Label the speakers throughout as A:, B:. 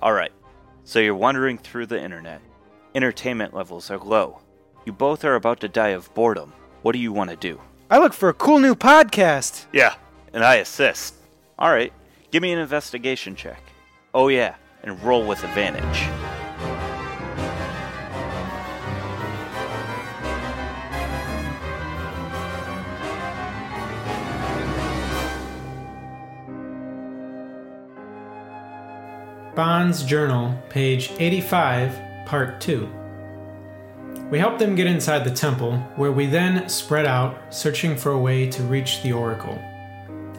A: All right. So you're wandering through the internet. Entertainment levels are low. You both are about to die of boredom. What do you want to do?
B: I look for a cool new podcast.
A: Yeah, and I assist. All right. Give me an investigation check. Oh yeah, and roll with advantage.
B: Bond's Journal, page 85, part 2. We help them get inside the temple, where we then spread out, searching for a way to reach the oracle.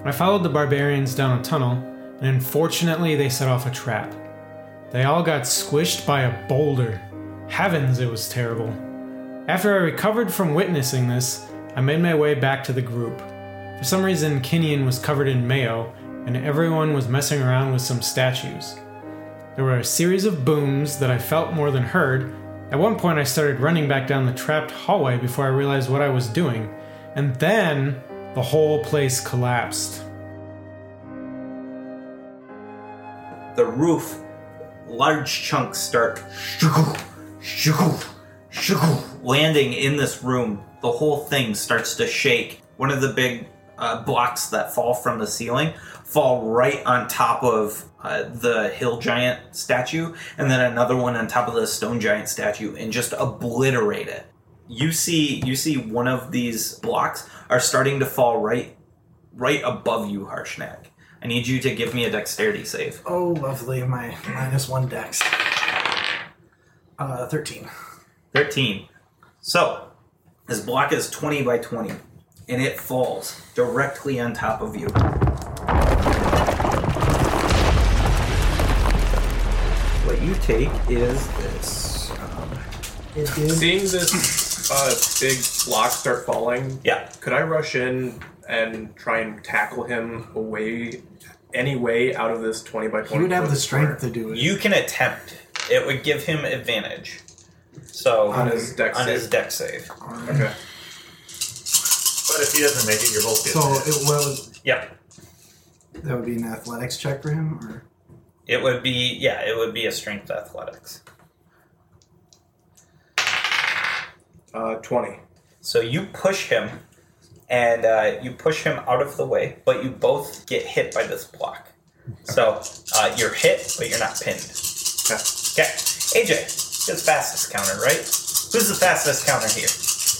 B: I followed the barbarians down a tunnel, and unfortunately, they set off a trap. They all got squished by a boulder. Heavens, it was terrible. After I recovered from witnessing this, I made my way back to the group. For some reason, Kenyon was covered in mayo, and everyone was messing around with some statues. There were a series of booms that I felt more than heard. At one point, I started running back down the trapped hallway before I realized what I was doing, and then the whole place collapsed.
C: The roof, large chunks start landing in this room. The whole thing starts to shake. One of the big uh, blocks that fall from the ceiling fall right on top of uh, the hill giant statue, and then another one on top of the stone giant statue, and just obliterate it. You see, you see, one of these blocks are starting to fall right, right above you, Harshnak. I need you to give me a dexterity save.
D: Oh, lovely. My minus one dex. Uh, 13.
C: Thirteen. So, this block is twenty by twenty, and it falls directly on top of you. What you take is this. Um,
D: It is.
E: Seeing this uh, big block start falling,
C: yeah,
E: could I rush in and try and tackle him away, any way out of this 20 by 20?
D: You would have the strength to do it.
C: You can attempt. It would give him advantage. So
E: On his dex
C: on
E: save.
C: his dex save.
E: Okay.
F: But if he doesn't make it, you're both
D: so
F: getting it.
D: it was.
C: Yep.
D: That would be an athletics check for him, or
C: It would be yeah. It would be a strength athletics.
E: Uh, 20.
C: So you push him, and uh, you push him out of the way, but you both get hit by this block. So uh, you're hit, but you're not pinned.
E: Okay.
C: Okay. AJ, you're the fastest counter, right? Who's the fastest counter here?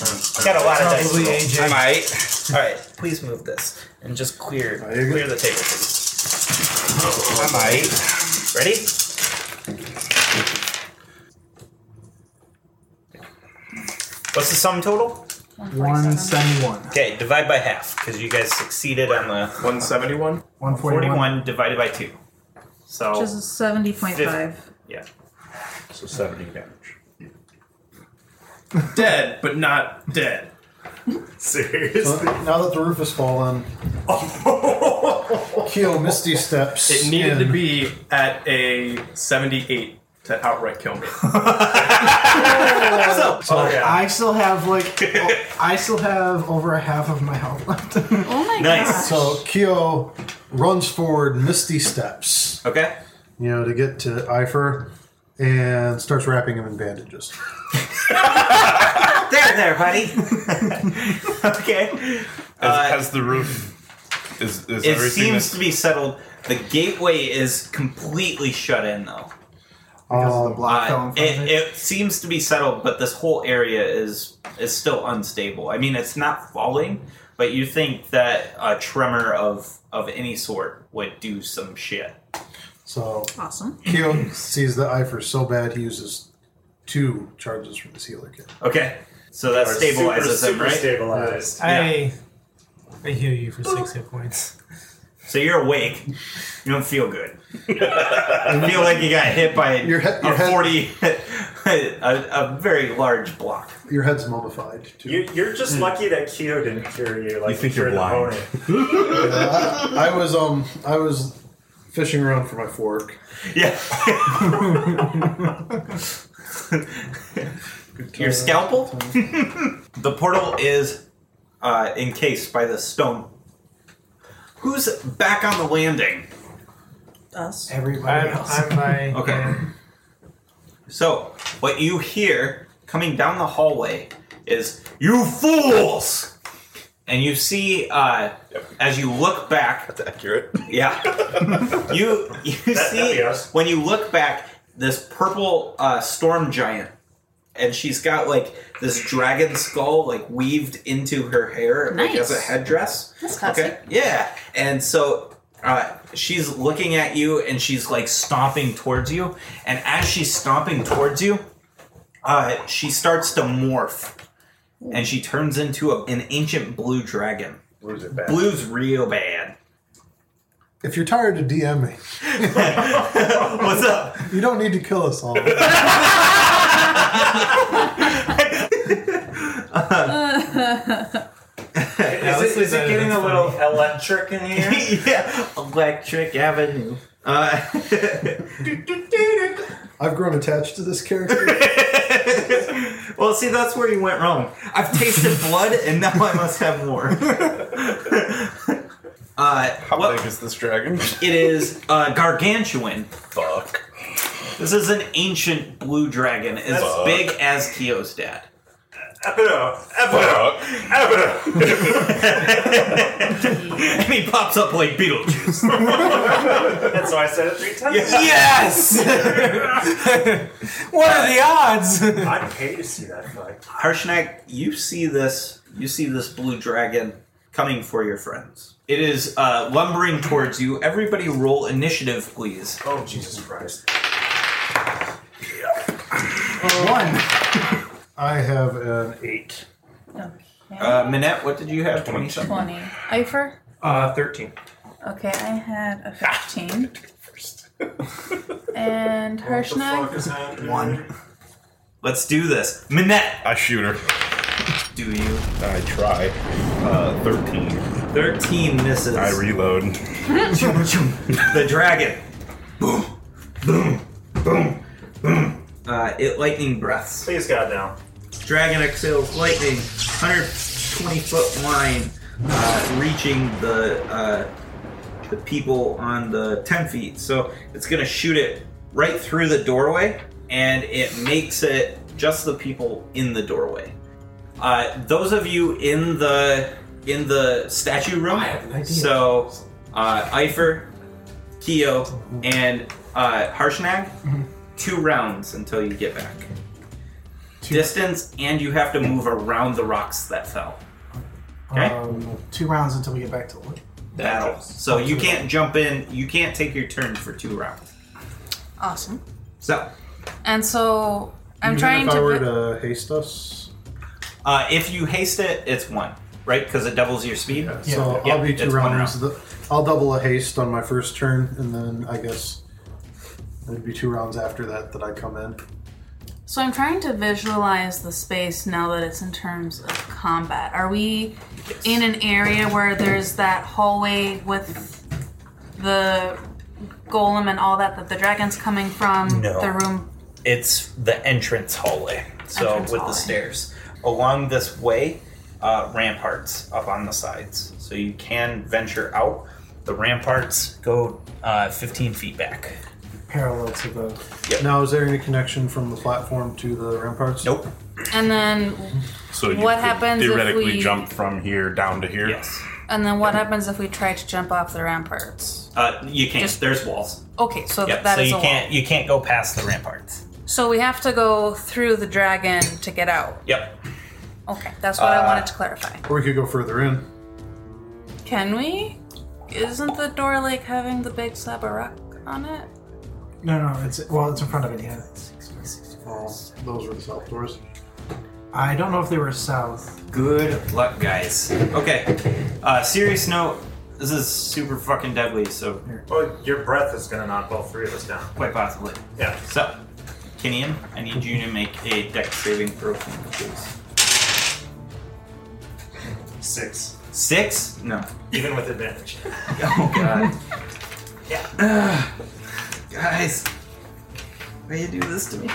C: I got a lot of dice.
D: Probably
C: to roll. I
D: AJ.
C: might. All right, please move this and just clear
F: you're good.
C: clear the table, please.
F: I might.
C: Ready? What's the sum total?
D: 171.
C: Okay, divide by half because you guys succeeded on the
E: 171?
D: 141.
C: 41 divided by 2. So, Oh.
G: Which is 70.5.
C: yeah.
F: So 70 damage.
E: Dead, but not dead.
F: Seriously?
H: Now that the roof has fallen, Keo Misty steps.
E: It needed
H: in.
E: to be at a 78 to outright kill me.
C: oh, yeah.
D: I still have like o- I still have over a half of my health left.
G: Oh my
C: Nice.
G: gosh.
H: So Keo runs forward, Misty steps,
C: Okay.
H: you know, to get to Ifer, and starts wrapping him in bandages.
C: There, there, buddy. okay. Uh,
F: has, has the roof. Is, is
C: it
F: everything
C: seems
F: that's-
C: to be settled. The gateway is completely shut in, though.
D: Because of the
H: Um,
D: block fell
C: Uh,
D: in front of
C: it,
D: it.
C: it seems to be settled, but this whole area is is still unstable. I mean, it's not falling, but you think that a tremor of of any sort would do some shit.
H: So
G: Awesome.
H: Keo sees that Ifer so bad he uses two charges from his healer kit.
C: Okay, so that
F: are
C: stabilizes
F: super, super
C: him, right?
F: Stabilized.
B: I, I heal you for six hit points.
C: So you're awake. You don't feel good. you feel like you got hit by
H: Your he- your
C: a
H: head-
C: forty, a, a very large block.
H: Your head's mummified. Too.
F: You, you're just lucky that Keo didn't cure you. Like
I: Hmm. You think
F: he cured
I: you're
F: the
I: blind.
F: opponent.
H: I, I was um I was fishing around for my fork.
C: Yeah. Your scalpel. the portal is uh, encased by the stone. Who's back on the landing?
G: us.
D: Everybody
B: I'm,
D: else.
B: I'm my.
C: Okay. So, what you hear coming down the hallway is, You fools! And you see, uh, as you look back,
E: Accurate.
C: yeah, you, you see,
F: that'd be us.
C: when you look back, this purple uh, storm giant, and she's got like this dragon skull like weaved into her hair like, as a
G: Nice.
C: headdress.
G: That's classy.
C: Okay. Yeah. And so uh, she's looking at you and she's like stomping towards you. And as she's stomping towards you, uh, she starts to morph. And she turns into a, an ancient blue dragon.
F: Blues are bad.
C: Blue's real bad.
H: If you're tired of DMing,
C: What's up?
H: you don't need to kill us all.
F: Is, it, is it getting a little electric in here?
C: yeah, Electric Avenue. Uh,
H: I've grown attached to this character.
C: well, see, that's where you went wrong. I've tasted blood, and now I must have more. uh,
E: How
C: what-
E: big is this dragon?
C: it is uh, gargantuan.
E: Fuck.
C: This is an ancient blue dragon, as
E: Fuck.
C: big as Keo's dad.
F: Epido! Epido!
E: Fuck.
F: Epido!
C: And he pops up like Beetlejuice.
F: That's why I said it three times.
D: yes! what are the odds?
F: I'd pay to see that fight.
C: Harshnak, you see this. You see this blue dragon coming for your friends. It is uh, lumbering towards you. Everybody, roll initiative, please.
F: Oh, Jesus Christ.
D: One.
H: I have an eight.
G: Okay.
C: Uh, Minette, what did you have? 27?
G: 20. Eifer?
E: Uh, thirteen.
G: Okay, I had a 15. and Harshnag?
F: is happening?
D: One.
C: Let's do this. Minette,
I: I shoot her.
C: do you?
I: I try. Uh, 13.
C: 13 misses.
I: I reload.
C: the dragon. Boom, boom, boom, boom. Uh, it lightning breaths.
F: Please, God, now.
C: Dragon exhales lightning, 120 foot line, uh, reaching the uh, the people on the 10 feet. So it's gonna shoot it right through the doorway, and it makes it just the people in the doorway. Uh, those of you in the in the statue room.
D: I have an idea.
C: So, uh, Eifer, Keo, and uh, Harshnag,
D: Mm-hmm.
C: two rounds until you get back distance and you have to move around the rocks that fell. Okay.
D: Um, two rounds until we get back to wood.
C: Battle. So you can't jump in, you can't take your turn for two rounds.
G: Awesome.
C: So,
G: And so I'm
H: Even
G: trying
H: if I
G: to.
H: were
G: put-
H: to haste us,
C: uh, if you haste it, it's one, right? Because it doubles your speed.
H: so
C: Yeah,
H: I'll be two
C: it's one
H: rounds. The- I'll double a haste on my first turn, and then I guess it'd be two rounds after that that I come in.
G: So I'm trying to visualize the space now that it's in terms of combat. Are we in an area where there's that hallway with the golem and all that that the dragon's coming from?
C: No.
G: The room.
C: It's the entrance hallway. So
G: Entrance
C: with the
G: hallway.
C: stairs. Along this way, uh, ramparts up on the sides. So you can venture out. The ramparts go uh, 15 feet back.
D: Parallel to the.
H: Now, is there any connection from the platform to the ramparts?
C: Nope.
G: And then,
I: So you
G: What
I: could
G: happens if
I: theoretically
G: we-
I: jump from here down to here?
C: Yes.
G: and then what happens if we try to jump off the ramparts?
C: Uh, you can't.
G: Just-
C: There's walls.
G: Okay, so
C: Yep.
G: that that
C: so
G: is
C: you
G: a
C: can't
G: wall.
C: you can't go past the ramparts.
G: So we have to go through the dragon to get out.
C: Yep.
G: Okay, that's what
C: Uh,
G: I wanted to clarify.
H: Or we could go further in.
G: Can we? Isn't the door like having the big slab of rock on it?
D: No, no, it's well, it's in front of it. Yeah.
H: Well, Uh, those were the south doors.
D: I don't know if they were south.
C: Good luck, guys. Okay. Uh, serious note. This is super fucking deadly, so
F: Well, your breath is gonna knock all three of us down.
C: quite possibly.
F: Yeah.
C: So, Kinian, I need you to make a deck saving throw, for me, please.
F: Six.
C: Six? No.
F: Even with advantage.
C: Oh god. yeah. Ugh. guys, why you do this to me?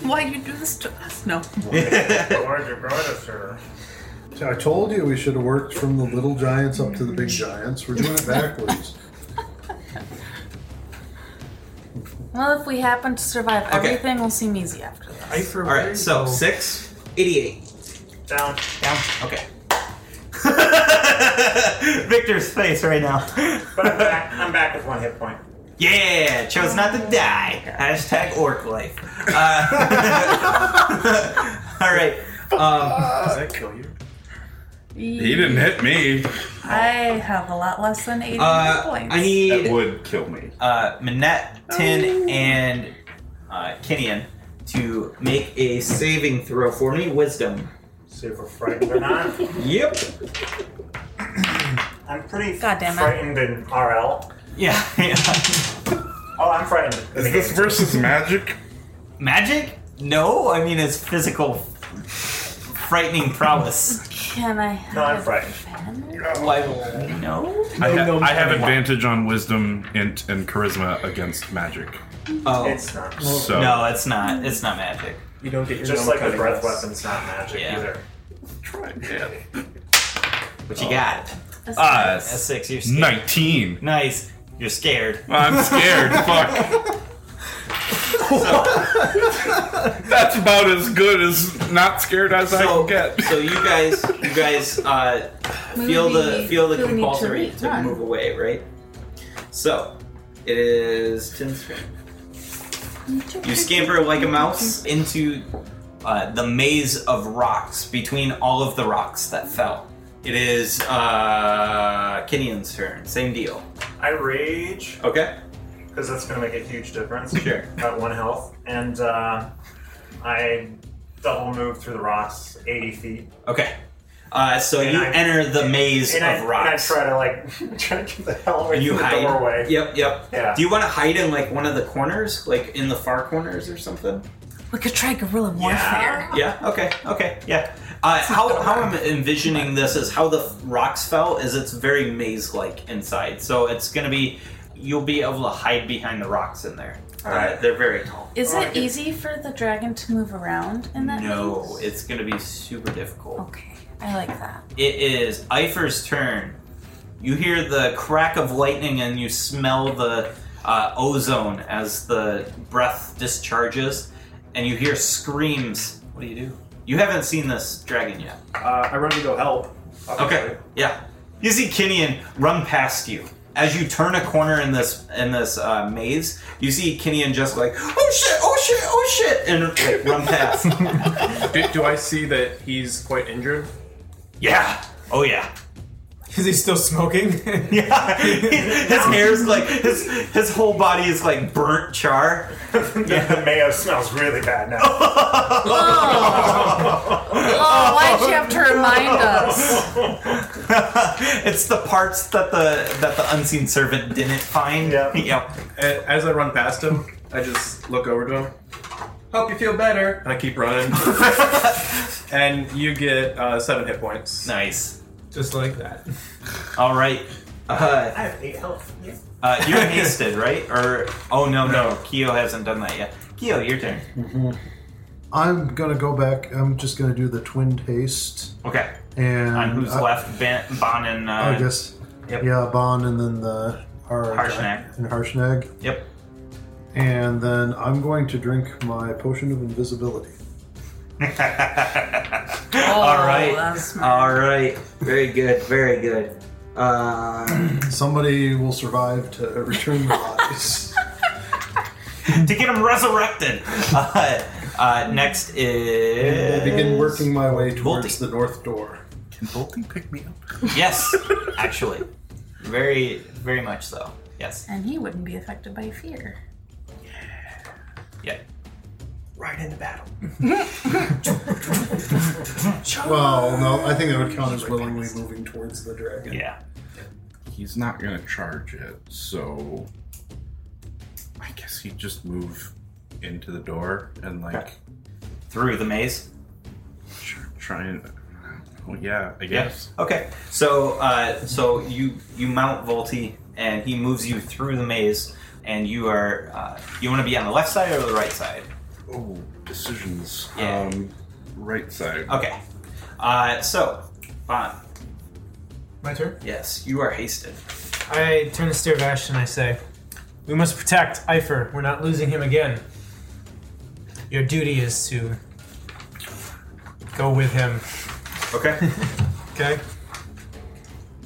G: Why you do this to us? No.
F: Lord, your brother, sir.
H: I told you we should have worked from the little giants up to the big giants. We're doing it backwards.
G: Well, if we happen to survive
C: Okay.
G: everything, we'll seem easy after that.
C: All right, so six, 88.
F: Down, down.
C: Okay. Victor's face right now.
F: But I'm back. I'm back with one hit point.
C: Yeah, chose not to die. Hashtag orc life. Uh, all right. Um,
E: Does that kill you?
I: He didn't hit me.
G: I have a lot less than 80 hit
C: uh,
G: points.
C: I
I: That
C: need
I: would kill me.
C: uh, Minette, Tin, and uh, Kinian to make a saving throw for me. Wisdom.
F: See if we're frightened or not.
C: Yep.
F: I'm pretty
G: God damn it.
F: frightened in RL.
C: Yeah.
F: Oh, I'm frightened. in the
I: Is this
F: game.
I: versus magic?
C: Magic? No, I mean it's physical, frightening prowess.
G: Can I
F: No, I'm
G: have
F: frightened.
G: advantage?
C: Why? No.
I: I, ha-
E: no,
I: I have
E: no.
I: advantage on wisdom and, and charisma against magic.
C: Oh.
F: It's not.
I: So
C: no, it's not. It's not magic.
E: You don't get your
F: Just
E: normal
F: like the
E: cutting
F: breath
E: glass.
F: weapon's not magic
C: Yeah.
F: either.
C: What you got?
I: uh,
C: A six. You're scared.
I: nineteen.
C: Nice. You're scared.
I: I'm scared. Fuck. That's about as good as not scared as I
C: So,
I: can get.
C: so you guys, you guys uh, feel the
G: Movie.
C: feel the
G: Feel the need to
C: compulsory
G: leave.
C: to,
G: Run.
C: move away, right? So it is Tin's turn. You scamper like a mouse into uh, the maze of rocks between all of the rocks that fell. It is uh, Kinian's turn. Same deal.
F: I rage
C: Okay.
F: because that's going to make a huge difference.
C: Sure.
F: Got one health, and uh, I double move through the rocks, eighty feet,
C: Okay. Uh, so
F: And
C: you
F: I-
C: enter the maze
F: and,
C: of
F: I, and I
C: rocks.
F: try to like try to get the hell away
C: you
F: from the
C: hide.
F: doorway.
C: Yep, yep.
F: Yeah.
C: Do you want to hide in like one of the corners, like in the far corners or something?
G: We could try guerrilla warfare.
C: Yeah. Okay. Okay. Yeah. Uh, how how I'm envisioning this is how the f- rocks fell is it's very maze like inside, so it's gonna be you'll be able to hide behind the rocks in there. Uh,
F: Alright.
C: They're very tall.
G: Is
F: Alright.
G: it easy for the dragon to move around in that
C: No,
G: maze?
C: it's gonna be super difficult.
G: Okay, I like that.
C: It is Eifer's turn. You hear the crack of lightning and you smell the uh, ozone as the breath discharges, and you hear screams. What do you do? You haven't seen this dragon yet.
E: Uh, I run to go help.
C: Okay. Yeah. You see Kinian run past you. As you turn a corner in this in this uh, maze, you see Kinian just like, oh shit, oh shit, oh shit, and like, run past.
E: Do, do I see that he's quite injured?
C: yeah. Oh yeah.
B: Is he still smoking?
C: Yeah. his hair's like his his whole body is like burnt char.
F: the, the mayo smells really bad now.
G: Oh, why'd you have to remind us?
C: it's the parts that the that the unseen servant didn't find.
F: Yeah.
C: Yep.
E: A- As I run past him, I just look over to him. Hope you feel better. And I keep running. and you get uh, seven hit points.
C: Nice.
B: Just like that.
C: All right. Uh,
F: I have eight health. Yeah.
C: uh, you're hasted, right? Or oh no, no, Keo hasn't done that yet. Keo, your turn.
H: I'm gonna go back. I'm just gonna do the twinned haste
C: Okay. Uh,
H: and
C: On who's
H: I,
C: left? Ban- Bon and. Uh,
H: I guess.
C: Yep.
H: Yeah, Bond, and then the our,
C: Harshnag.
H: and Harshnag,
C: Yep.
H: and then I'm going to drink my potion of invisibility.
C: All right.
G: Oh, that's smart.
C: All right. Very good. Very good. Uh,
H: Somebody will survive to return the bodies.
C: to get him resurrected. Uh, uh, next
H: I
C: is.
H: begin working my way
C: Bolty.
H: towards the north door.
I: Can Bolting pick me up?
C: Yes, actually. Very, very much so. Yes.
G: And he wouldn't be affected by fear.
C: Yeah.
F: Right into battle.
H: Well, no, I think that would count as willingly moving towards the dragon.
C: Yeah.
I: He's not gonna charge it, so I guess he'd just move into the door and like
C: Through the maze.
I: tr- try and. Oh yeah, I guess.
C: Okay. So, uh, so you you mount Volti, and he moves you through the maze, and you are uh, you want to be on the left side or the right side?
I: Oh, decisions.
C: Yeah.
I: Um, right side.
C: Okay. Uh, so, Bon,
B: My turn.
C: yes, you are hasted.
B: I turn to Stare Vash and I say, We must protect Eifer. We're not losing him again. Your duty is to go with him.
C: Okay.
B: Okay.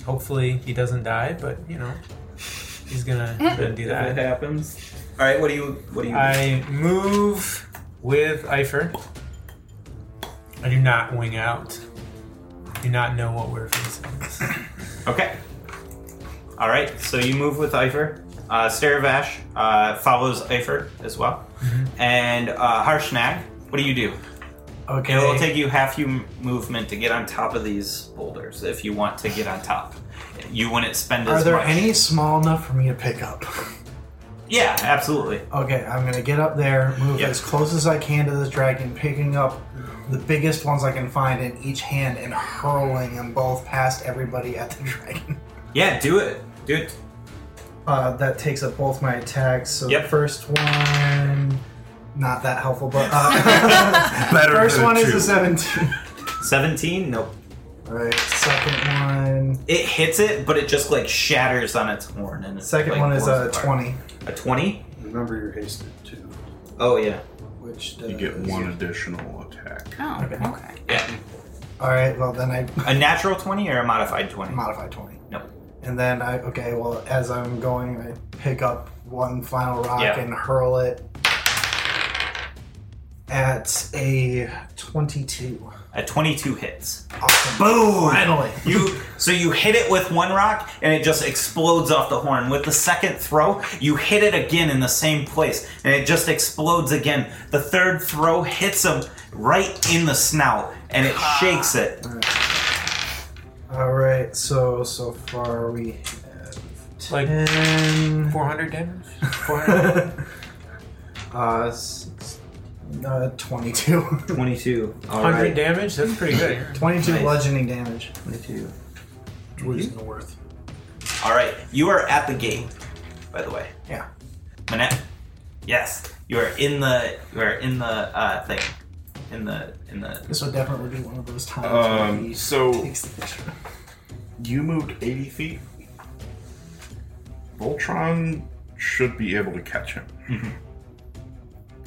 B: Hopefully he doesn't die, but you know he's gonna, gonna do
E: If it
B: that.
E: happens.
C: All right. What do you? What do you?
B: I move with Eifer. I do not wing out. Do not know what we're facing.
C: Okay. All right. So you move with Eifer. Uh, Staravash uh, follows Eifer as well,
B: Mm-hmm.
C: and uh, Harshnag. What do you do?
D: Okay.
C: It will take you half your m- movement to get on top of these boulders if you want to get on top. You wouldn't spend
D: Are
C: as
D: there
C: much.
D: any small enough for me to pick up?
C: Yeah, absolutely.
D: Okay, I'm gonna get up there, move
C: Yeah.
D: as close as I can to this dragon, picking up the biggest ones I can find in each hand and hurling them both past everybody at the dragon.
C: Yeah, do it. Do it.
D: Uh, that takes up both my attacks. So
C: Yep.
D: the first one, not that helpful, but uh,
I: Better
D: first
I: than
D: one is
I: two.
D: a 17.
C: Seventeen. Nope.
D: All right, second one,
C: It hits it, but it just like shatters on its horn. And it's,
D: second
C: like,
D: one is
C: blows
D: a
C: apart.
D: 20.
C: A twenty.
H: Remember you're hasted too.
C: Oh yeah.
D: Which
I: You
D: does-
I: get one additional attack.
G: Oh, okay.
C: Yeah.
D: All right, well then I
C: A natural twenty or a modified twenty.
D: modify 20.
C: Nope.
D: And then I okay, well as I'm going, I pick up one final rock
C: Yeah.
D: and hurl it at a 22.
C: A twenty-two hits.
D: Awesome.
C: Boom!
D: Finally.
C: You so you hit it with one rock and it just explodes off the horn. With the second throw, you hit it again in the same place and it just explodes again. The third throw hits him right in the snout and it shakes it.
D: All right, so so far we have
B: Like
D: 10
B: 400 damage.
D: uh, six, uh 22.
C: Twenty-two. All
B: 100 damage. That's pretty good.
D: 22
C: Nice.
D: bludgeoning damage.
C: Twenty-two. Mm-hmm.
D: What is it worth?
C: All right. You are at the gate, by the way.
D: Yeah.
C: Manette. Yes, you are in the you are in the uh, thing, in the in the
D: This would definitely be one of those times
I: Um,
D: where he
I: so-
D: takes the picture.
I: You moved 80 feet. Voltron should be able to catch him.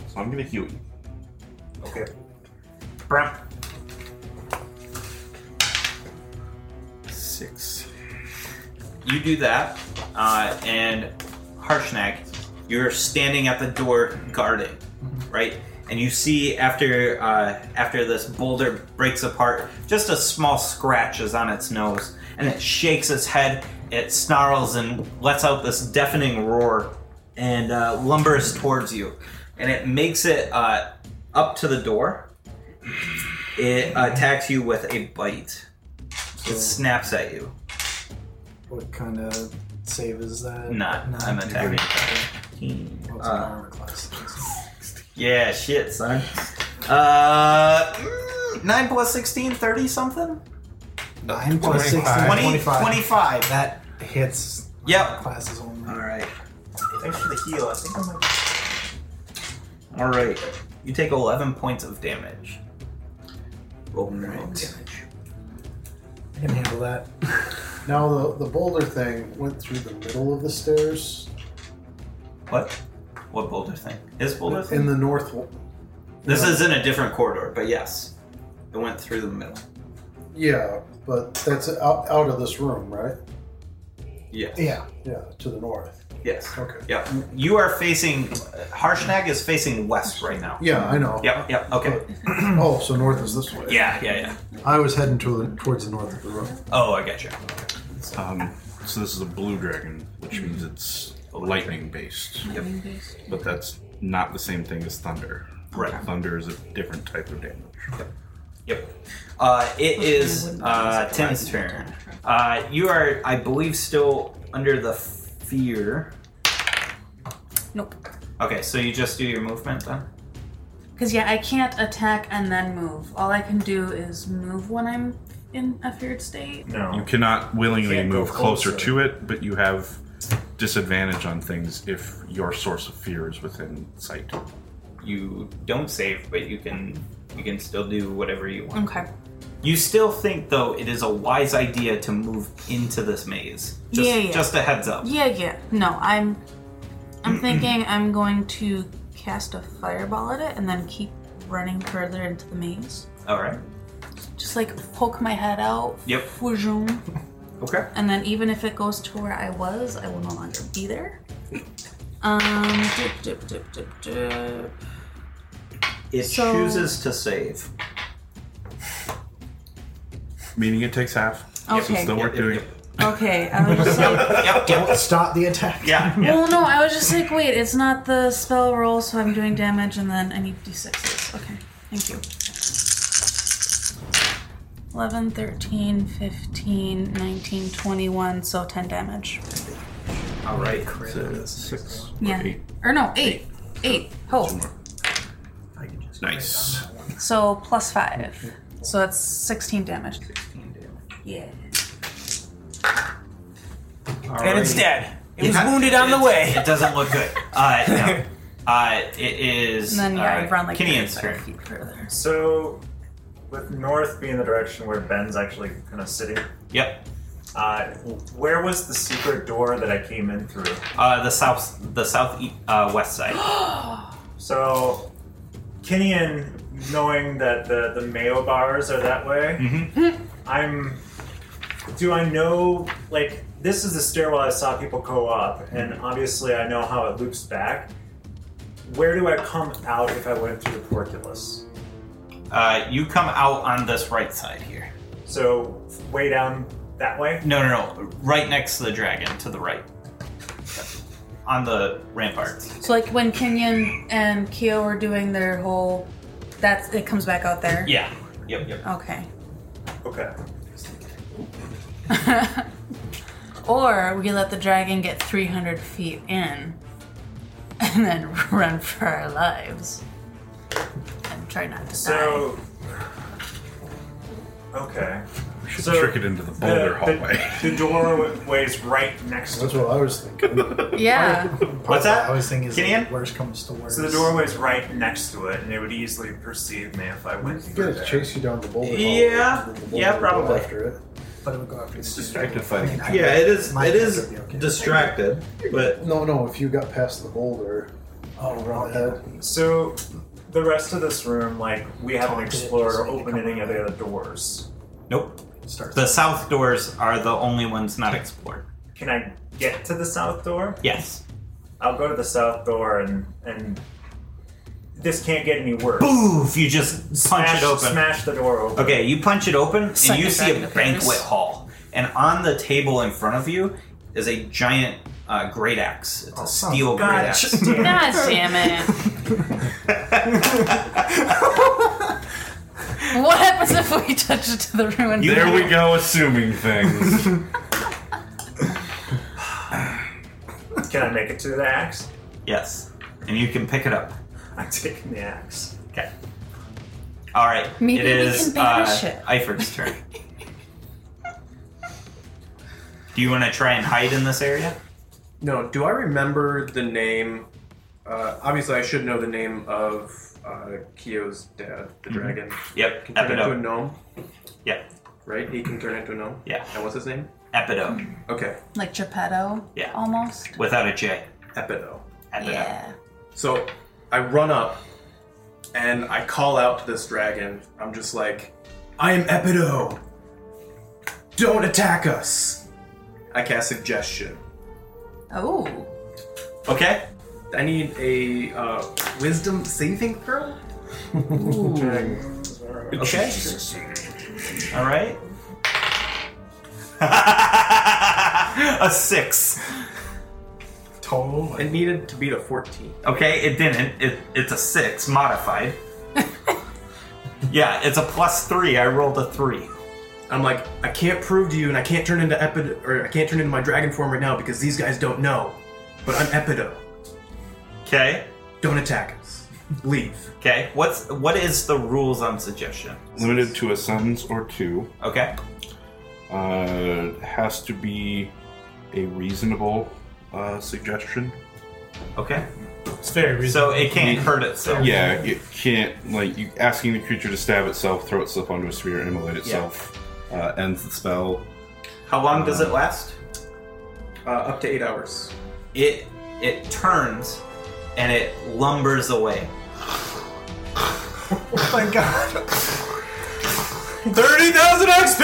I: so I'm going to heal you.
C: okay. Brum.
I: Six.
C: You do that, uh, and Harshnag, you're standing at the door guarding, right? And you see after uh, after this boulder breaks apart, just a small scratch is on its nose, and it shakes its head. It snarls and lets out this deafening roar, and uh, lumbers towards you, and it makes it uh, up to the door. It attacks you with a bite. It snaps at you.
D: What kind of save is that?
C: Not.
D: Nine.
C: I'm attacking.
D: What's an
C: Uh,
D: armor class?
C: yeah, shit, son. Uh, mm, 9 plus 16, 30 something?
D: 9 plus 16,
C: 20,
D: 25.
C: 25.
D: That hits.
C: Yep.
D: Classes only.
C: Alright. Thanks for the heal. I think I might. Alright. You take 11 points of damage. Roll normal damage.
D: I can handle that.
H: Now the the boulder thing went through the middle of the stairs
C: What? What boulder thing? His boulder thing?
H: in the north. wa-
C: this is in a different corridor, but yes. It went through the middle.
H: Yeah, but that's out, out of this room, right?
C: Yes.
D: Yeah.
H: Yeah, to the north.
C: Yes.
H: Okay.
C: Yep. You are facing. Harshnag is facing west right now.
H: Yeah, I know.
C: Yep, yep, okay.
H: Oh, so north is this way.
C: Yeah, yeah, yeah.
H: I was heading to the, towards the north of the room.
C: Oh, I got you.
I: Um, so this is a blue dragon, which means
D: Mm-hmm.
I: it's lightning based. But that's not the same thing as thunder.
C: Right.
I: Thunder is a different type of damage.
C: Yep. Uh, it is uh, Tim's turn. Uh, you are, I believe, still under the fear.
G: Nope.
C: Okay, so you just do your movement then?
G: Because, yeah, I can't attack and then move. All I can do is move when I'm in a feared state.
I: You
F: No.
I: cannot willingly
F: Can't go
I: move closer,
F: closer.
I: to it, but you have disadvantage on things if your source of fear is within sight.
C: You don't save, but you can you can still do whatever you want.
G: Okay.
C: You still think though it is a wise idea to move into this maze. Just
G: Yeah, yeah.
C: just a heads up.
G: Yeah, yeah. No, I'm. I'm thinking I'm going to cast a fireball at it and then keep running further into the maze.
C: All right.
G: Just like poke my head out.
C: Yep.
G: Fujung.
C: Okay.
G: And then even if it goes to where I was, I will no longer be there. Um, dip, dip, dip, dip, dip.
C: It
G: So-
C: chooses to save.
I: Meaning it takes half. So it's
G: Okay.
I: still
C: Yep,
I: worth
C: yep,
I: doing.
G: Okay. I was just like,
C: Yep. Yep.
D: Don't stop the attack.
C: Yeah.
G: well, no, I was just like, wait, it's not the spell roll, so I'm doing damage, and then I need d6s. Okay. Thank you. 11, 13, 15, 19, 21, so 10 damage.
C: All right. So
I: Six.
G: Yeah.
I: Eight.
G: Or no, 8. 8. Oh.
I: Nice.
G: So plus 5. So that's 16 damage.
C: 16 damage.
G: Yeah.
C: Alrighty.
J: And it's dead. It was
C: Yeah.
J: wounded on the
C: It's-
J: way.
C: It doesn't look good. Uh, no. uh, it is. uh,
G: And then, yeah,
C: alright.
G: I run like
C: Kinian's
G: 35
C: turn.
G: feet further.
F: So, with north being the direction where Ben's actually kind of sitting,
C: Yep.
F: uh, where was the secret door that I came in through?
C: Uh, the south, the south e- uh, west side.
F: So, Kinian, knowing that the, the mayo bars are that way,
I: Mm-hmm.
F: I'm. Do I know, like, this is the stairwell I saw people go up, and obviously I know how it loops back. Where do I come out if I went through the porculus?
C: Uh, you come out on this right side here.
F: So, way down that way?
C: No, no, no. Right next to the dragon, to the right, on the ramparts.
G: So like when Kenyon and Keo were doing their whole, that's it comes back out there.
C: Yeah. Yep. Yep.
G: Okay.
F: Okay.
G: Or we let the dragon get 300 feet in, and then run for our lives, and try not to
F: So. Okay.
I: We should
F: So,
I: trick it into the boulder hallway.
F: The, the doorway's right next to
H: That's what I was thinking.
G: die. Yeah.
C: What's that?
D: I was thinking is
C: Gideon?
D: like, worst comes to worst.
F: So the doorway's right next to it, and they would easily perceive me if I went
H: You
F: through
H: guys
F: there.
H: chase you down the boulder. hallway,
C: Yeah,
H: and then the boulder
C: yeah,
H: will go
C: probably.
H: After it.
D: but it would go after
I: It's
D: the
I: distracted fighting.
D: I-
C: Yeah, it is.
D: my
C: It is
D: character would be okay.
C: distracted, but
H: No, no. If you got past the boulder,
D: Oh,
H: around
D: wrong.
H: that.
F: So the rest of this room, like we haven't
D: Talk to it,
F: explored
D: just
F: or
D: make it
F: opened
D: come
F: any of
D: out.
F: the other doors.
C: nope.
D: Starts.
C: The south doors are the only ones not explored.
F: Can I get to the south door?
C: Yes.
F: I'll go to the south door, and and this can't get any worse.
C: Boof! You just punch
F: Smash,
C: it open.
F: smash the door open.
C: Okay, you punch it open and
J: Second
C: you see a
J: dragon appears.
C: banquet hall. And on the table in front of you is a giant uh, great axe.
G: Oh,
C: It's a steel great
F: God
C: axe.
F: damn it.
G: God damn it. what happens if we touch it to the ruin?
I: There we go, assuming things.
F: Can I make it to the axe?
C: yes. And you can pick it up.
F: I'm taking the axe.
C: Okay. All right.
G: Maybe
C: it
G: we
C: is
G: can banish
C: uh,
G: it.
C: Eifert's turn. Do you want to try and hide in this area?
E: No, do I remember the name? Uh, obviously, I should know the name of uh, Kyo's dad,
F: Mm-hmm.
E: the dragon.
C: Yep.
E: Can turn into a
C: Epido.
E: gnome,
C: Yep.
E: right? He can turn into a gnome.
C: Yeah.
E: And what's his name?
C: Epido.
E: Okay,
G: Like Geppetto?
C: Yeah.
G: Almost?
C: Without a J.
E: Epido.
C: Epido.
G: Yeah.
E: So I run up and I call out to this dragon. I'm just like, I am Epido. Don't attack us. I cast suggestion.
G: Oh.
C: Okay.
E: I need a uh, wisdom saving throw.
C: Okay. All right. a six.
D: Total.
E: It needed to beat a 14.
C: Okay, it didn't. It, it's a six modified. yeah, it's a plus three. I rolled a three.
E: I'm like, I can't prove to you, and I can't turn into Epid, or I can't turn into my dragon form right now because these guys don't know. But I'm Epido.
C: Okay.
E: Don't attack us. Leave.
C: Okay. What's what is the rules on suggestion?
I: Limited to a sentence or two.
C: Okay.
I: Uh, has to be a reasonable uh, suggestion.
C: Okay.
B: It's very reasonable.
C: So it can't hurt itself.
I: Yeah, it can't like you asking the creature to stab itself, throw itself onto a sphere, immolate itself. Uh, ends the spell.
C: How long does it last?
E: Uh, up to eight hours.
C: It It turns and it lumbers away.
D: Oh my god.
E: 30,000 XP!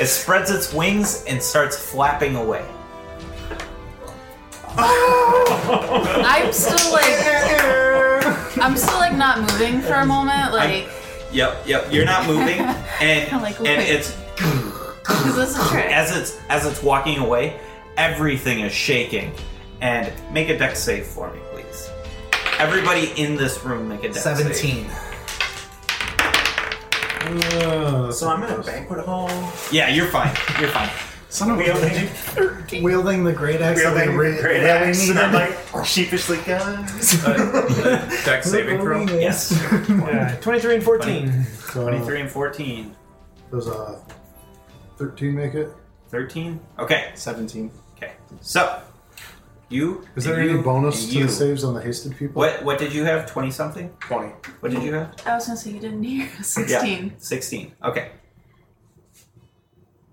C: It spreads its wings and starts flapping away.
G: I'm still like, I'm still like not moving for a moment, like,
C: Yep, yep. You're not moving, and
G: Like,
C: and
G: wait.
C: it's
G: because this is trick.
C: as it's as it's walking away, everything is shaking. And make a deck save for me, please. Everybody in this room, make a deck save.
D: 17.
F: So I'm in a banquet hall.
C: Yeah, you're fine. You're fine.
D: Son of a
F: Wielding,
D: Wielding the great axe that they
F: wielding
D: re-
F: great
D: really
F: axe, and I'm
D: needed.
F: like sheepishly, guys.
E: Deck saving throw.
C: Yes.
B: Yeah, 23 and 14.
H: So,
C: Twenty-three and fourteen.
H: Does uh, 13 make it?
C: 13? Okay.
E: 17.
C: Okay. So you
H: Is there
C: you,
H: any bonus to
C: you.
H: the saves on the hasted people?
C: What what did you have? Twenty something?
E: 20.
C: What did you have?
G: I was gonna say you didn't hear 16.
C: Sixteen. Okay.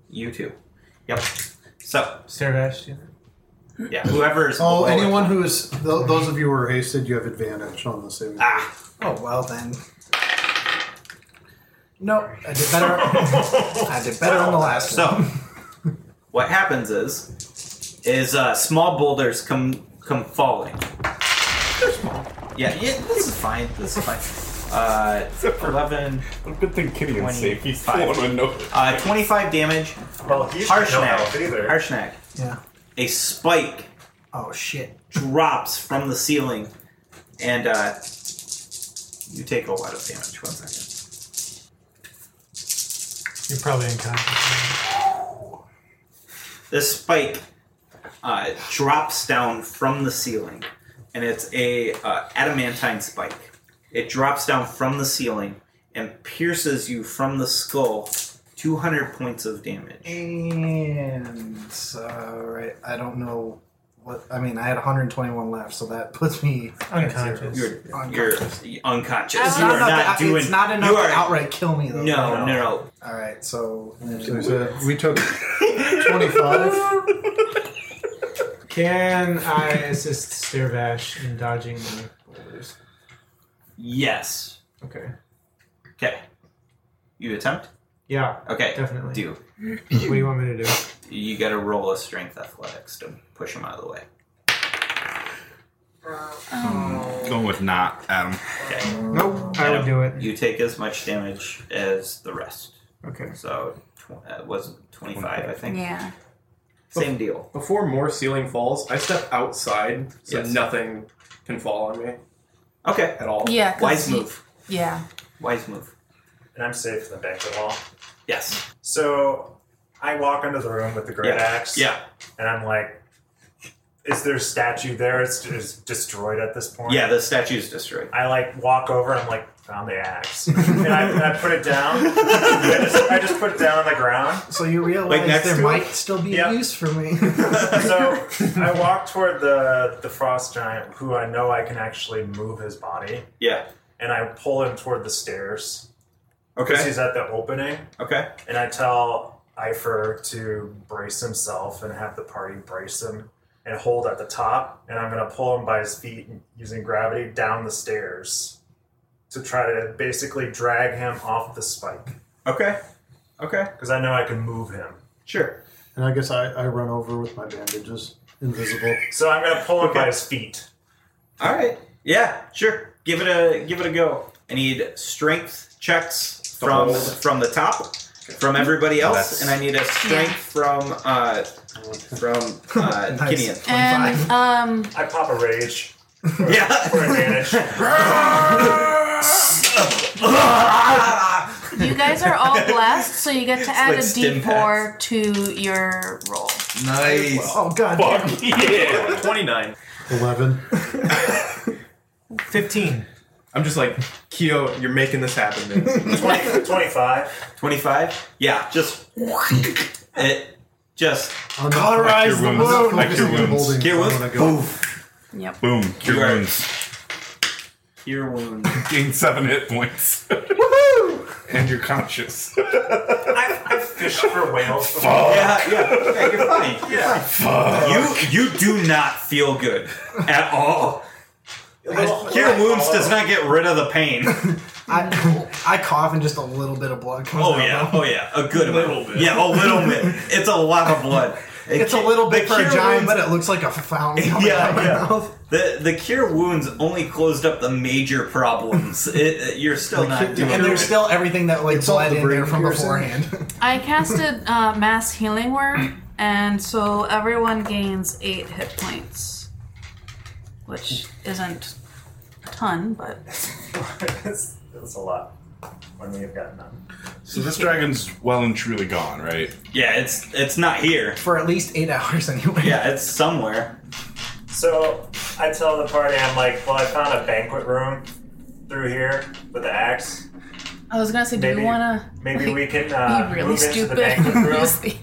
C: You too. Yep. So
B: Saravash, yeah.
C: yeah, whoever's
H: Oh,
C: below it.
H: anyone who is th- those of you who are hasted, you have advantage on the saving.
C: Ah,
D: Oh, well then. Nope. I did better. I did better on the last one.
C: So, what happens is, is uh, small boulders come come falling. They're small. Yeah, yeah. This is fine. This is fine. Uh, 11,
J: Good thing Kitty is safe. He's the one with no.
C: uh, 25 damage.
F: Well, he's
C: Harsh
F: no
C: nag.
F: health either.
C: Harsh nag.
D: Yeah.
C: A spike
D: Oh shit.
C: drops from the ceiling, and uh, you take a lot of damage. One second.
B: You're probably unconscious.
C: This spike uh, drops down from the ceiling, and it's a uh, adamantine spike. It drops down from the ceiling and pierces you from the skull, 200 points of damage.
D: And all right, I don't know what I mean. I had 121 left, so that puts me
B: Unconscious.
C: You're you're
D: Unconscious.
C: unconscious.
G: It's
D: It's
C: you
D: not
C: are
D: enough.
C: not
D: to,
C: doing.
D: it's not enough
C: you are,
D: to outright kill me though.
C: No, no, no.
D: All right, so
H: So we said- we took 25.
B: Can I assist Saravash in dodging the boulders?
C: Yes.
B: Okay.
C: Okay. You attempt.
B: Yeah,
C: Okay.
B: Definitely.
C: Do
B: what do you want me to do?
C: you got to roll a strength athletics to push him out of the way?
I: Going with not, Adam.
C: Okay.
B: Nope, I would do it.
C: You take as much damage as the rest.
B: Okay.
C: So tw- uh, it was 25, I think.
G: Yeah.
C: Same deal.
E: Before more ceiling falls, I step outside so
C: Yes.
E: nothing can fall on me
C: Okay.
E: at all.
G: Yeah. 'cause
C: Wise
G: you-
C: move.
G: Yeah.
C: Wise move.
F: and I'm safe in the banquet hall.
C: Yes.
F: So I walk into the room with the great
C: Yeah.
F: axe.
C: Yeah.
F: And I'm like, is there a statue there? It's just destroyed at this point.
C: Yeah, the statue's destroyed.
F: I like walk over. I'm like, found the axe, and I, and I put it down. I just, I just put it down on the ground.
D: so you realize
C: next
D: there
C: to
D: might still be
F: Yeah.
D: a use for me.
F: So I walk toward the the frost giant, who I know I can actually move his body,
C: Yeah.
F: and I pull him toward the stairs because
C: Okay.
F: he's at the opening,
C: Okay.
F: and I tell Eifer to brace himself and have the party brace him and hold at the top, and I'm gonna pull him by his feet using gravity down the stairs to try to basically drag him off the spike.
C: Okay. Okay.
F: because I know I can move him.
C: Sure.
H: And I guess I, I run over with my bandages, invisible.
F: So I'm gonna pull him by his feet.
C: All right. Yeah. Sure. Give it a give it a go. I need strength checks from from the top, from everybody else,
I: That's-
C: and I need a strength from uh from uh
D: Nice.
C: Kinian.
G: And um,
F: I pop a rage for
C: Yeah.
F: advantage.
G: you guys are all blessed, so you get to add
C: like
G: a
C: stim
G: d4 to your roll.
C: nice.
D: oh god. damn.
J: Fuck yeah!
E: 29.
H: 11.
B: 15.
E: I'm just like, Keo, you're making this happen, man.
F: 20, 25.
C: 25? Yeah, just it just
I: Cure
D: Colorize the
I: wounds.
D: wound.
I: Like your wounds.
H: Holding,
C: cure
H: I'm
C: wounds.
H: gonna go.
G: Yep.
I: Boom. Cure
C: You are-
I: wounds.
C: Cure wounds.
I: Gain seven hit points. And you're conscious.
F: I, I fish for whales.
C: Yeah, yeah, yeah, you're fine. Yeah. You you do not feel good at all. Cure wounds does not get rid of the pain.
D: I, I cough and just a little bit of blood comes
C: Oh
D: out.
C: yeah,
D: though.
C: oh yeah, a good
E: Little
C: amount.
E: bit.
C: Yeah, a little bit. It's a lot of blood.
D: It's a little bit
C: The
D: for a
C: cure
D: giant,
C: wounds-
D: but it looks like a fountain coming
C: Yeah,
D: out of my
C: yeah.
D: mouth.
C: The the cure wounds only closed up the major problems. It, it- you're still not doing.
D: And there's
C: it.
D: still everything that like
H: It's all
D: bled
H: the
D: in there
H: brain
D: from
H: piercing.
D: beforehand.
G: I casted uh, mass healing word, and so everyone gains eight hit points, which isn't a ton, but
F: it's, it's a lot when we've got none.
I: So this dragon's well and truly gone, right?
C: yeah, it's it's not here.
D: For at least eight hours anyway.
C: Yeah, it's somewhere.
F: So I tell the party, I'm like, well, I found a banquet room through here with the axe.
G: I was gonna say, do
F: Maybe-
G: we wanna
F: Maybe
G: like,
F: we can uh,
G: be really
F: move into
G: stupid?
F: the banquet
G: and
F: room,
G: use the-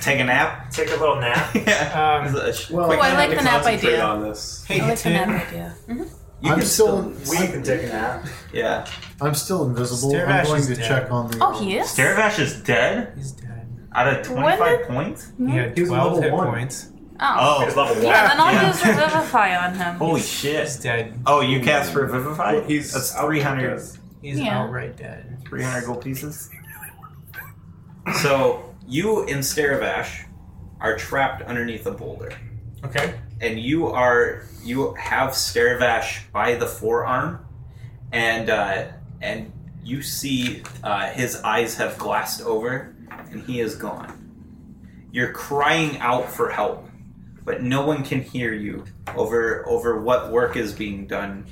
C: Take a nap.
F: take a little nap.
C: Yeah.
B: Um,
H: well-
G: oh, I like the nap
E: Concentrate
G: idea.
E: on this.
G: I
D: Hey,
G: like the nap
D: Tim.
G: idea. Mm-hmm.
C: You
H: I'm
C: can
H: still,
F: We can take a nap.
C: Yeah.
H: I'm still invisible.
B: Stairvash
H: I'm going
B: is
H: to
B: dead.
H: check on the.
G: Oh, he is.
C: Dervash is dead
B: He's dead.
C: out of
G: What?
C: 25 points.
B: He had 12
H: level
B: hit
H: one.
B: points.
G: Mm-hmm. Oh.
C: Oh,
F: It's level one.
G: Yeah, then I'll
C: Yeah.
G: use revivify on him.
C: holy
B: He's
C: shit.
B: dead.
C: Oh, you cast Revivify?
E: Well, he's
C: That's
E: out
C: 300,
E: of
B: He's
G: Yeah.
B: outright dead.
C: 300 gold pieces. So, you and Staravash are trapped underneath a boulder.
B: Okay.
C: and you are you have Staravash by the forearm, and uh, and you see uh, his eyes have glassed over, and he is gone. You're crying out for help, but no one can hear you over over what work is being done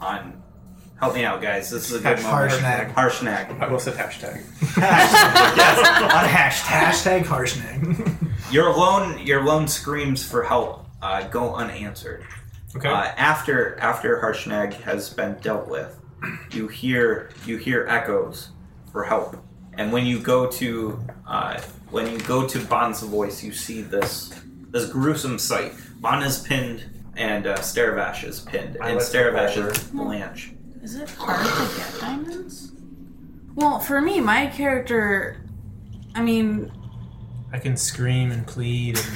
C: on. Help me out, guys. This is a good moment.
D: Harshnag.
C: Harshnag.
E: I will said hashtag.
C: yes, on hashtag.
D: Hashtag harshnag.
C: Your lone your lone screams for help uh, go unanswered.
B: Okay.
C: Uh, after after Harshnag has been dealt with, you hear you hear echoes for help, and when you go to uh, when you go to Bond's voice, you see this this gruesome sight. Bond is pinned, and uh, Staravash is pinned,
F: I
C: and
F: lift the
C: Staravash is
F: revolver.
C: blanched.
G: Is it hard to get diamonds? Well, for me, my character. I mean,
B: I can scream and plead. And,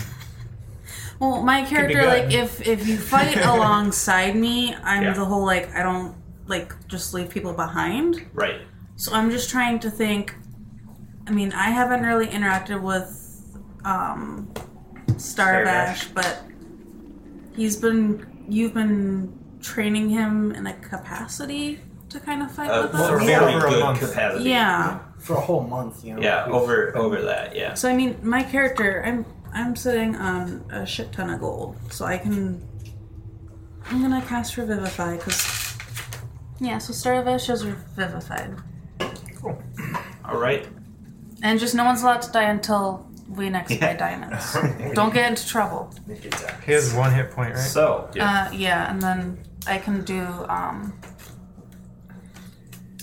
G: well, my character,
B: good.
G: like, if if you fight alongside me, I'm
C: Yeah.
G: the whole like I don't like just leave people behind.
C: Right.
G: So I'm just trying to think. I mean, I haven't really interacted with um, Starbash, but he's been you've been training him in a capacity to kind Uh, of fight
C: A
G: with us.
D: we
C: uh, very
D: over a
C: good
D: month.
C: capacity.
G: Oh, Yeah.
D: For a whole month, you know. Uh,
C: Yeah. Over over that. Yeah.
G: So I mean, my character, I'm I'm sitting on a shit ton of gold, so I can. I'm gonna cast Revivify because. Yeah, so Staravash is revivified,
C: All right.
G: and just no one's allowed to die until we next
C: Yeah.
G: buy diamonds. Don't get into trouble.
F: Make it down.
B: he has one hit point, right?
C: So
G: Uh, yeah, and then I can do um.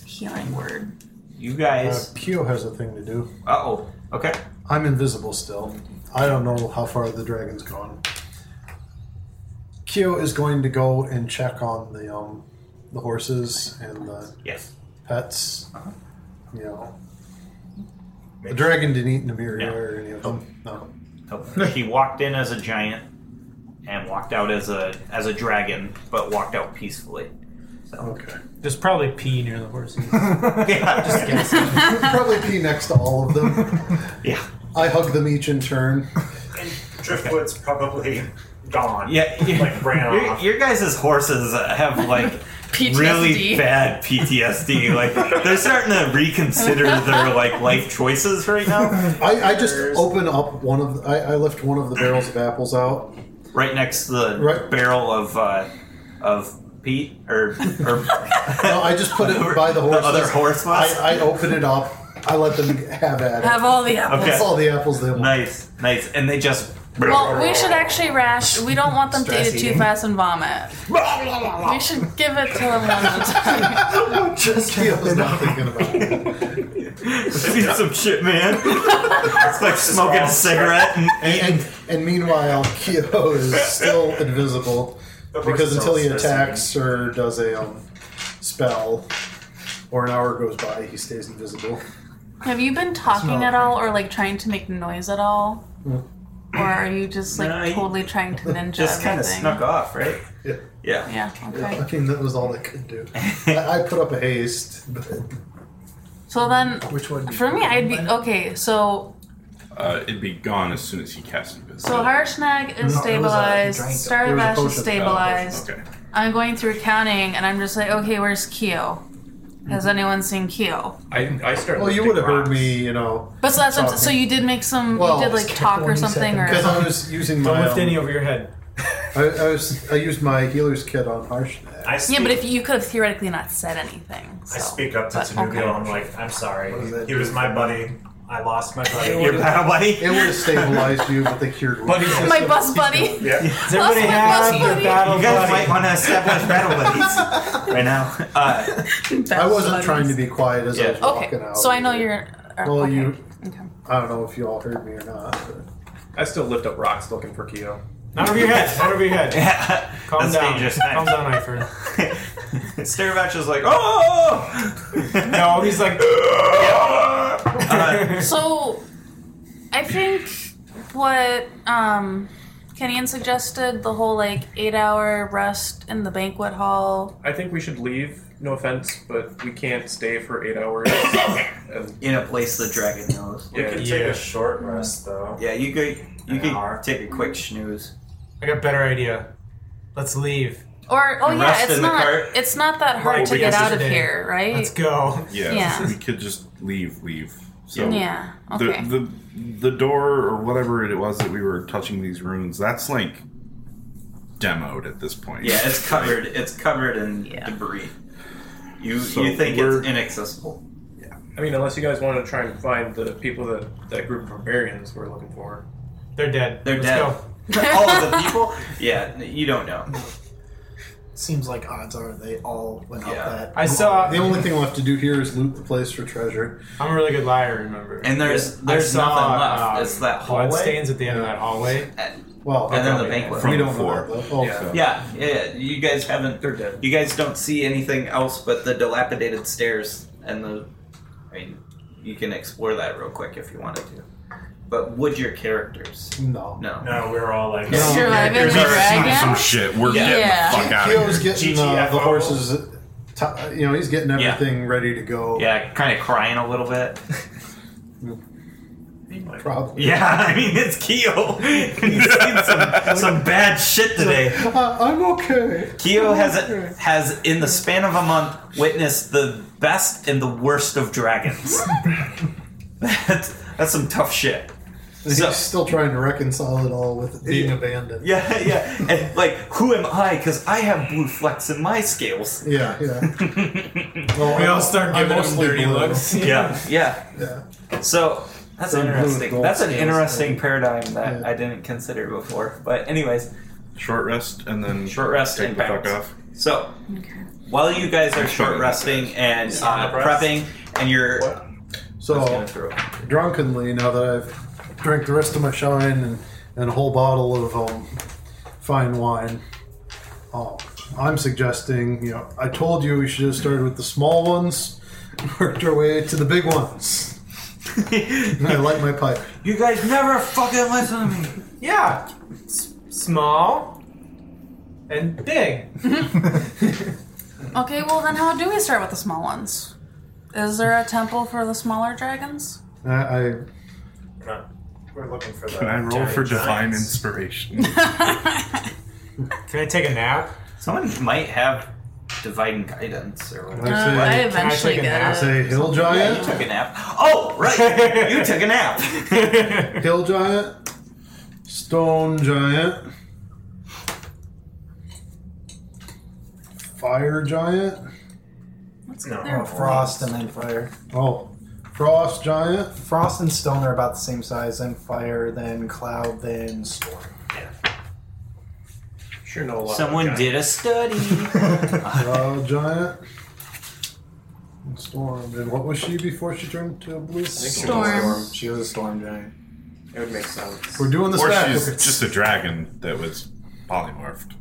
G: Healing word.
C: you
H: Uh,
C: guys.
H: Pio has a thing to do.
C: Uh oh. Okay.
H: I'm invisible still. I don't know how far the dragon's gone. Kyo is going to go and check on the um, the horses and the
C: Yes.
H: pets.
D: Uh-huh.
H: You know, the dragon didn't eat Namiri
C: No.
H: or any of them. No.
C: Oh, He walked in as a giant and walked out as a as a dragon, but walked out peacefully.
H: Okay.
B: There's probably pee near the horses.
C: Yeah, just kidding.
H: Probably pee next to all of them.
C: yeah,
H: I hug them each in turn.
F: And driftwood's probably gone.
C: yeah. you-
F: Like ran
C: your,
F: off.
C: your guys' horses have like really bad PTSD. Like they're starting to reconsider their like life choices right now.
H: I, I just open up one of. The, I, I lift one of the barrels of apples out.
C: Right next to the
H: Right.
C: barrel of uh, of Pete or or
H: No, I just put it by the horses.
C: other horse was?
H: I, I open it up. I let them have at it.
G: Have all the apples.
C: Okay.
H: That's all the apples they want.
C: nice, nice, and they just
G: Well, we should actually rash. We don't want them to eat it too fast and vomit.
C: Oh.
G: we should give it to them one at a time.
H: Just Keo's not thinking about it.
C: see some shit, man. it's like smoking a cigarette and eating.
H: And, and meanwhile, Keo is still invisible
F: Of course,
H: because
F: it's
H: until
F: all
H: he
F: supposed to
H: attacks or does a um, spell or an hour goes by, he stays invisible.
G: Have you been talking at all, or like trying to make noise at all, or are you just like
C: No, Mm. I-
G: totally trying to ninja
C: Just kind of
G: everything?
C: snuck off, right?
H: Yeah.
C: Yeah.
G: Yeah. Okay.
H: I mean, that was all they could do. I, I put up a haste, but
G: So then,
D: Which one? do you-
G: for me, I'd be okay. So
I: Uh, it'd be gone as soon as he cast invisibility.
G: so Harshnag is
D: was, uh,
G: stabilized.
D: drank it.
H: There was a
G: Starvash
H: potion.
G: is
H: Oh,
G: stabilized.
I: Okay.
G: I'm going through counting, and I'm just like, okay, where's Keo? Has
H: Mm-hmm.
G: anyone seen Keo?
E: I, I started.
H: well, you
E: lifting
H: would have heard
E: rocks.
H: me, you know,
G: But so that's what I'm- so
H: Talking.
G: you did make some.
H: Well,
G: you did like
D: just
G: talk
D: careful
G: or
D: when you
G: something,
D: say
G: or
H: because I was using
B: Don't
H: my,
B: lift
H: um,
B: any over your head.
H: I, I was, I used my healer's kit on Harshnag.
F: I speak,
G: yeah. But if you could have theoretically not said anything. So.
F: I speak up to
G: but
F: Tanugo,
G: okay.
F: I'm like, I'm sorry.
H: What does that
F: He
H: do
F: was
H: for
F: my
H: me?
F: buddy. I lost my
C: Your
F: buddy.
C: battle buddy.
H: It would have stabilized you, but they cured wounds.
G: My bus buddy.
F: yeah.
B: Does everybody
G: Plus-
B: have
G: plus
B: their
G: buddy.
B: battle
C: You guys might
B: buddy?
C: want to establish battle buddies right now. Uh,
H: I wasn't trying to be quiet as I was walking
G: Okay,
H: out.
G: so I know you're. uh,
H: Well,
G: okay.
H: you-
G: Okay.
H: I don't know if you all heard me or not. but-
E: I still lift up rocks looking for Keo.
B: Not over your head. Not over your head. Calm
C: that's
B: down.
C: dangerous.
B: Calm down, Iford.
C: Staravach is like, oh!
B: No, he's like.
C: Uh,
G: So, I think what um, Kenyon suggested the whole like eight hour rest in the banquet hall.
E: I think we should leave. No offense, but we can't stay for eight hours. and
C: in a place the dragon knows.
F: We
E: yeah,
F: could take
B: Yeah.
F: a short rest though.
C: Yeah, you could you
F: An
C: could
F: hour.
C: take a quick snooze.
B: I got a better idea. Let's leave.
G: Or oh
C: And
G: yeah,
C: rest
G: it's
C: in the
G: not
C: cart.
G: it's not that hard
B: Right,
G: to
B: we
G: get
B: got
G: out of
B: yesterday.
G: here, right?
B: Let's go.
I: Yeah,
G: Yeah.
I: we could just leave, leave. So
G: Yeah. Okay.
I: the the the door or whatever it was that we were touching these runes, that's like demoed at this point.
C: Yeah, it's covered. It's covered in
G: Yeah.
C: debris. You
I: So
C: you think
I: we're-
C: it's inaccessible?
E: I mean, unless you guys want to try and find the people that that group of barbarians we're looking for.
B: They're dead.
C: They're
B: Let's
C: dead.
B: go.
C: all of the people? Yeah, you don't know.
D: Seems like odds are they all went
C: Yeah.
D: up that.
B: I saw.
H: The only thing left to do here is loot the place for treasure.
B: I'm a really good liar. Remember.
C: And there's
B: I
C: there's
B: saw,
C: nothing left.
B: um,
C: it's that
B: Blood
C: hallway.
B: stains at the end of that hallway.
H: Well,
C: And then the
B: Okay.
C: banquet.
H: we
I: From
H: don't
I: before.
H: know oh, that, though. Also.
C: Yeah, yeah, yeah. You guys haven't.
E: They're dead.
C: You guys don't see anything else but the dilapidated stairs and the. I mean, you can explore that real quick if you wanted to. But would your characters?
H: No.
C: No.
F: No, we were all like,
C: Yeah.
G: Surviving the
C: There's our-
I: Some
G: dragon.
I: shit. We're
C: Yeah.
I: getting
G: Yeah.
I: the fuck out of
H: Keo's
I: here.
H: getting uh,
F: GTFO.
H: the horses, t- you know, he's getting everything ready to go.
C: Yeah, kind of crying a little bit.
H: Probably.
C: Yeah, I mean it's Keo. He's seen some, some bad shit today.
H: Uh, I'm okay.
C: Keo has has in the span of a month witnessed the best and the worst of dragons. that's, that's some tough shit.
H: And
C: So-
H: he's still trying to reconcile it all with being abandoned.
C: Yeah, yeah. And like, who am I? Because I have blue flecks in my scales.
H: Yeah, yeah. Well,
B: We
H: I'm-
B: all start
H: I'm
B: giving him
H: mostly
B: dirty
H: blue.
B: looks.
C: Yeah, yeah.
H: Yeah.
C: So that's
H: They're blue with
C: interesting.
H: gold
C: That's an
H: scales,
C: interesting paradigm that
H: Yeah.
C: I didn't consider before. But anyways,
I: Short rest and then
C: Short rest
I: Take
C: and
I: the fuck
C: bounce.
I: off.
C: so while you guys are short
I: Short rest.
C: resting and uh,
F: Short rest.
C: prepping, and you're
F: What?
C: I was
H: So,
C: gonna throw-
H: drunkenly, now that I've drank the rest of my shine and, and a whole bottle of um, fine wine, um, I'm suggesting, you know, I told you we should have started with the small ones, worked our way to the big ones. and I light my pipe.
C: You guys never fucking listen to me.
B: Yeah. S- small and big.
G: Okay, well then, how do we start with the small ones? Is there a temple for the smaller dragons?
H: I, I
F: no, we're looking for the.
I: Can I roll
F: giant
I: for divine
F: giants."
I: inspiration?
G: Uh,
B: Can I take a nap?
C: Someone might have divine guidance or whatever.
H: I
G: Uh, I
H: say,
G: eventually
B: take a
G: get
B: nap?
G: it.
H: say hill giant,
C: Took a nap. Oh, right. you took a nap.
H: hill giant, stone giant, fire giant.
G: Let's
F: No.
G: go
D: Oh,
G: there.
D: frost and then fire.
H: Oh, frost giant.
D: Frost and stone are about the same size. Then fire. Then cloud. Then storm.
E: Sure, know a lot.
C: Someone
E: about
C: did a study.
H: Wild giant. And Storm. And what was she before she turned to a blue?
G: Storm.
D: She was a storm giant.
E: giants. It would make sense.
H: We're doing this
I: or
H: back.
I: she's just a dragon that was polymorphed.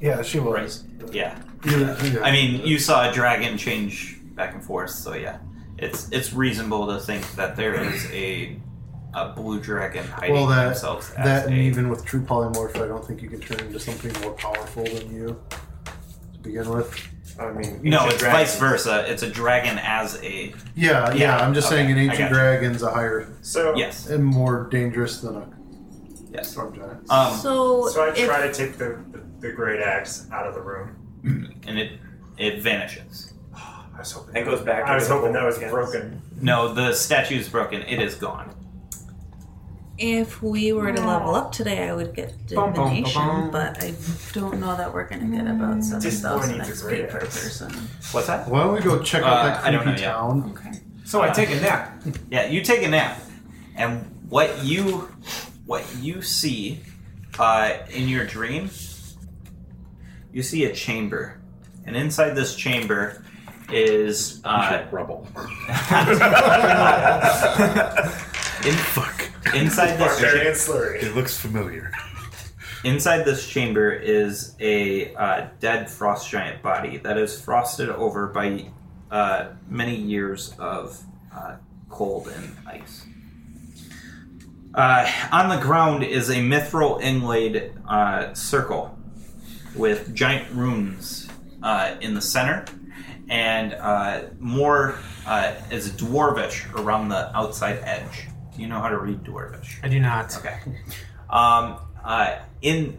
D: Yeah, she was.
C: Yeah.
H: Yeah, yeah.
C: I mean, you saw a dragon change back and forth, so yeah. It's it's reasonable to think that there is a a blue dragon hiding
H: well, that
C: themselves as
H: that
C: a
H: and even with true polymorph, I don't think you can turn into something more powerful than you to begin with.
E: I mean,
C: no.
E: ancient
C: It's
E: dragons.
C: vice versa. It's a dragon as a
H: Yeah, yeah.
C: Yeah,
H: I'm just
C: okay,
H: saying, an
C: I
H: ancient
C: gotcha.
H: dragon's a higher
F: So
C: yes,
H: and more dangerous than a
C: yes.
H: storm giant.
C: Um,
G: So,
F: So I
G: if-
F: try to take the, the, the great axe out of the room.
C: and it it vanishes.
F: I was hoping
E: It goes back.
F: I was
E: into the
F: hoping that was
E: again.
F: broken.
C: No, the statue's broken. It is gone.
G: if we were to level up today, I would get
B: Bum, bum,
G: divination,
B: bum, bum.
G: but I don't know that we're gonna get about seven thousand
F: needs a
G: XP
F: great
G: per
F: axe.
G: person.
C: What's that?
H: Why don't we go check
C: Uh,
H: out that
C: I don't
H: creepy
C: know yet.
H: town?
B: So I take a nap.
C: Yeah, you take a nap, and what you what you see uh, in your dream, you see a chamber, and inside this chamber is uh,
I: rubble.
C: in,
I: Fuck.
C: inside this cha-
F: Barbarian slurry.
I: It looks familiar.
C: inside this chamber is a uh, dead frost giant body that is frosted over by uh, many years of uh, cold and ice. Uh, on the ground is a mithril inlaid uh, circle with giant runes uh, in the center, and uh, more uh, is dwarvish around the outside edge. Do you know how to read dwarvish?
B: I do not.
C: Okay. Um, uh, in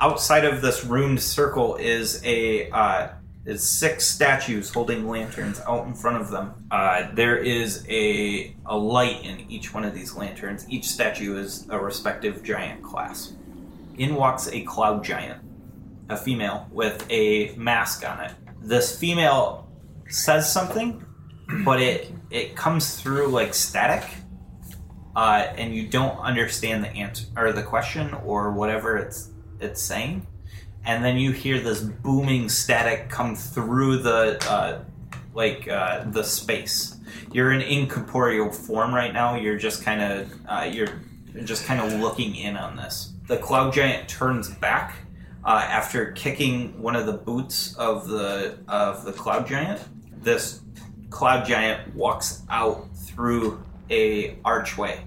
C: outside of this ruined circle is a uh, is six statues holding lanterns out in front of them. Uh, there is a a light in each one of these lanterns. Each statue is a respective giant class. In walks a cloud giant, a female with a mask on it. This female says something, but it it comes through like static uh, and you don't understand the answer or the question or whatever it's it's saying, and then you hear this booming static come through the uh, like uh, the space. You're in incorporeal form right now. You're just kind of uh, you're just kind of looking in on this. The cloud giant turns back uh, after kicking one of the boots of the of the cloud giant. This cloud giant walks out through a archway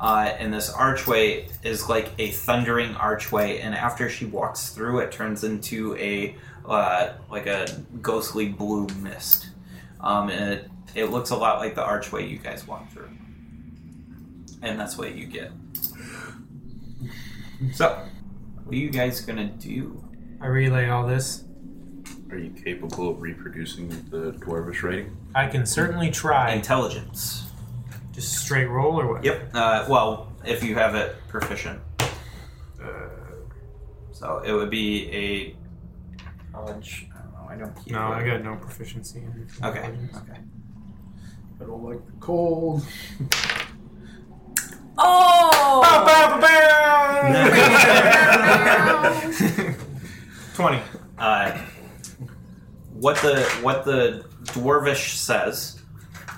C: uh, and this archway is like a thundering archway and after she walks through it turns into a uh, like a ghostly blue mist um, and it, it looks a lot like the archway you guys walked through and that's what you get so what are you guys gonna do
B: I relay all this.
I: Are you capable of reproducing the dwarvish writing?
B: I can certainly try.
C: intelligence
B: Just straight roll or what?
C: yep uh, well if you have it proficient so it would be a how much I don't know I don't keep
B: No,
C: it.
B: I got no proficiency in
C: Okay.
B: intelligence.
C: Okay.
H: I don't like the cold.
G: Oh!
B: Twenty.
C: uh, what the what the dwarvish says,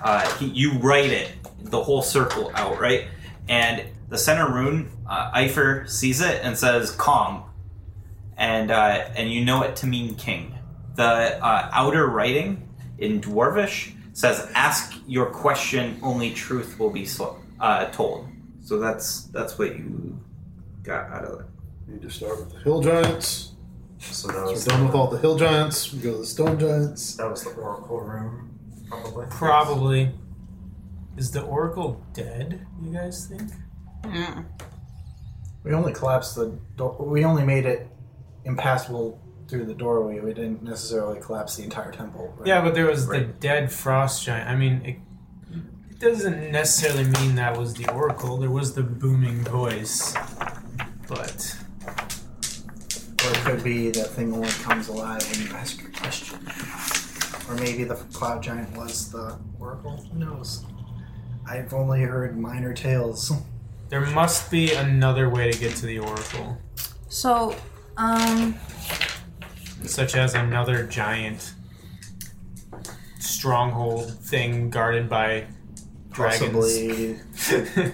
C: uh, he, you write it the whole circle out, right? And the center rune, uh, Eifer sees it and says Kong, and uh, and you know it to mean king. The uh, outer writing in dwarvish says, "Ask your question; only truth will be sl- uh, told." So that's that's what you got out of it.
H: Need to start with the hill giants.
F: So that
H: So
F: was
H: we're done with all the hill giants. We go to the stone giants.
F: that was the oracle room, probably.
B: Probably. Is the Oracle dead, you guys think?
G: Mm.
D: We only collapsed the door. We only made it impassable through the doorway. We didn't necessarily collapse the entire temple. right?
B: Yeah, but there was the dead frost giant. I mean, it, it doesn't necessarily mean that was the Oracle. There was the booming voice. But.
D: Or it could be that thing only comes alive when you ask your question. Or maybe the cloud giant was the oracle. Who knows? I've only heard minor tales.
B: There must be another way to get to the Oracle,
G: So, um,
B: such as another giant stronghold thing guarded by dragons.
D: Possibly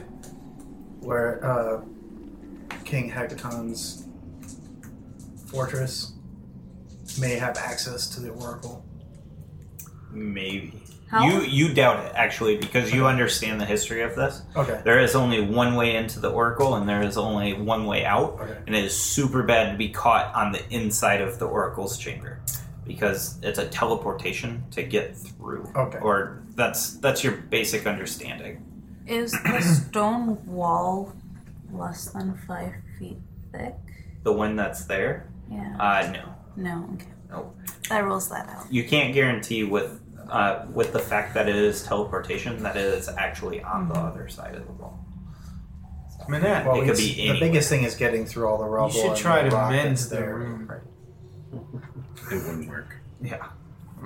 D: where uh, King Hecaton's fortress may have access to the oracle.
C: Maybe.
G: How?
C: You you doubt it actually because you understand the history of this.
D: Okay.
C: There is only one way into the Oracle and there is only one way out.
D: Okay.
C: And it is super bad to be caught on the inside of the Oracle's chamber because it's a teleportation to get through.
D: Okay.
C: Or that's that's your basic understanding.
G: Is the stone wall less than five feet thick?
C: The one that's there?
G: Yeah.
C: Uh no.
G: no. Okay.
C: Nope.
G: That rules that out.
C: You can't guarantee with uh, with the fact that it is teleportation that it is actually on the other side of the wall.
D: Mm-hmm. I mean, yeah,
C: It could
D: it's-
C: be
D: the biggest thing is getting through all the rubble.
B: should
D: and
B: try
D: the
B: to
D: rock
B: mend
D: that's
B: their
D: there.
B: room.
D: Right.
I: It wouldn't work.
C: Yeah.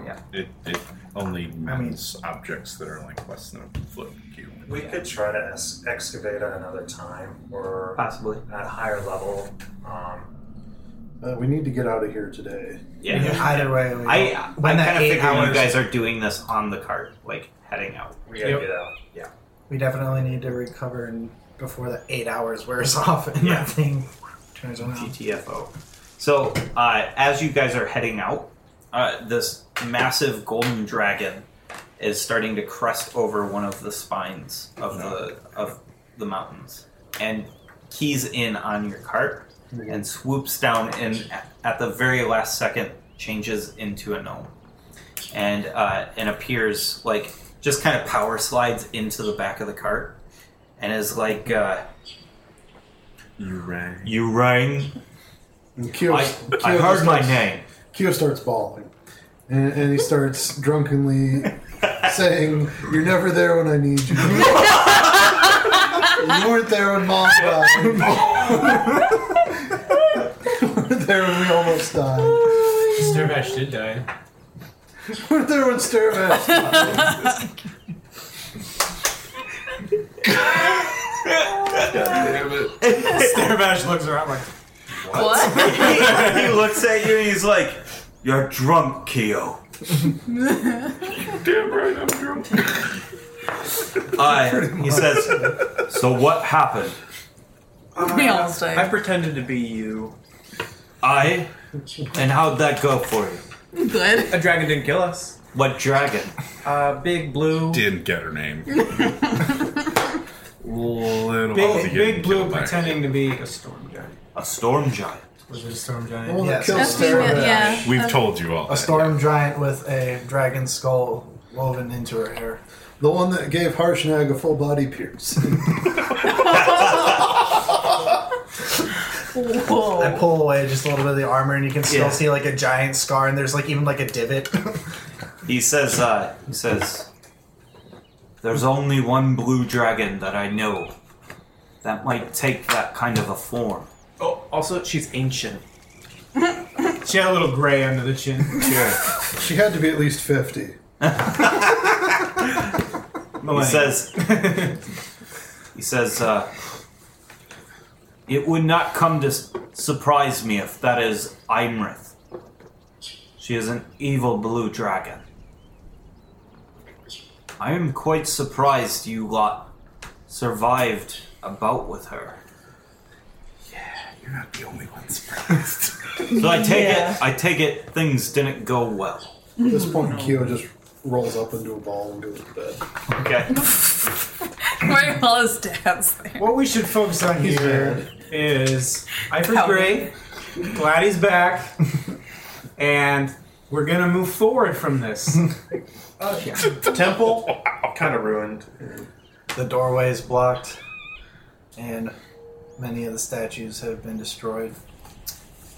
C: Yeah.
I: It, it only mends objects that are like less than a foot cube.
F: We could try to es- excavate at another time or
C: Possibly.
F: at a higher level. Um,
H: Uh, we need to get out of here today.
C: Yeah.
D: Either way, we,
C: I
D: When
C: I
D: that
C: kind of
D: eight
C: figure you
D: hours-
C: guys are doing this on the cart, like heading out.
F: we gotta
B: Yep.
F: get out.
D: we definitely need to recover and before the eight hours wears off and
C: Yeah.
D: that thing turns around.
C: GTFO. So uh, as you guys are heading out, uh, this massive golden dragon is starting to crest over one of the spines of the of the mountains and keys in on your cart and swoops down and at- at the very last second changes into a gnome and uh, and appears like just kind of power slides into the back of the cart and is like uh,
I: You rang.
C: you rang
H: And Keo,
C: I,
H: Keo
C: I
H: just
C: heard my
H: starts-
C: name.
H: Keo starts bawling, and, and he starts drunkenly saying, "You're never there when I need you. you weren't there when mom died. you weren't there when we almost died. You
B: Sturvash did die.
H: weren't there when Sturvash died.
C: Starbash looks around like, what? he looks at you and he's like, You're drunk, Keo.
I: Damn right, I'm drunk.
C: Uh, he says, So what happened?
G: we all stay.
E: I pretended to be you.
C: I? And how'd that go for you?
G: Good.
E: A dragon didn't kill us.
C: What dragon?
E: Uh, big blue.
I: Didn't get her name. Little
B: Big,
I: big,
B: big Blue pretending to be a storm giant.
C: A storm giant.
B: Was it a storm giant?
H: The one that
D: Yes.
H: killed
D: That's
H: Sturvash.
G: yeah.
I: We've
G: Uh,
I: told you all.
D: A storm giant with a dragon skull woven into her hair.
H: The one that gave Harshnag a full body piercing.
D: I
G: Whoa.
D: pull away just a little bit of the armor, and you can still
C: Yeah.
D: see like a giant scar, and there's like even like a divot.
C: He says, uh, he says, There's only one blue dragon that I know that might take that kind of a form.
E: Oh, also, she's ancient.
B: She had a little gray under the chin.
C: Sure.
H: she had to be at least fifty.
C: He says, he says, uh, it would not come to s- surprise me if that is Imrith. She is an evil blue dragon. I am quite surprised you lot survived a bout with her.
I: You're not the only one surprised.
C: So I take
G: Yeah.
C: it, I take it, things didn't go well.
H: At this point, Keo just rolls up into a ball and goes to bed.
C: Okay.
G: Where all his dad's there.
B: What we should focus on here is Ivor's
G: How-
B: great, glad he's back, and we're gonna move forward from this.
E: Temple, kind of ruined.
D: the doorway is blocked, and many of the statues have been destroyed.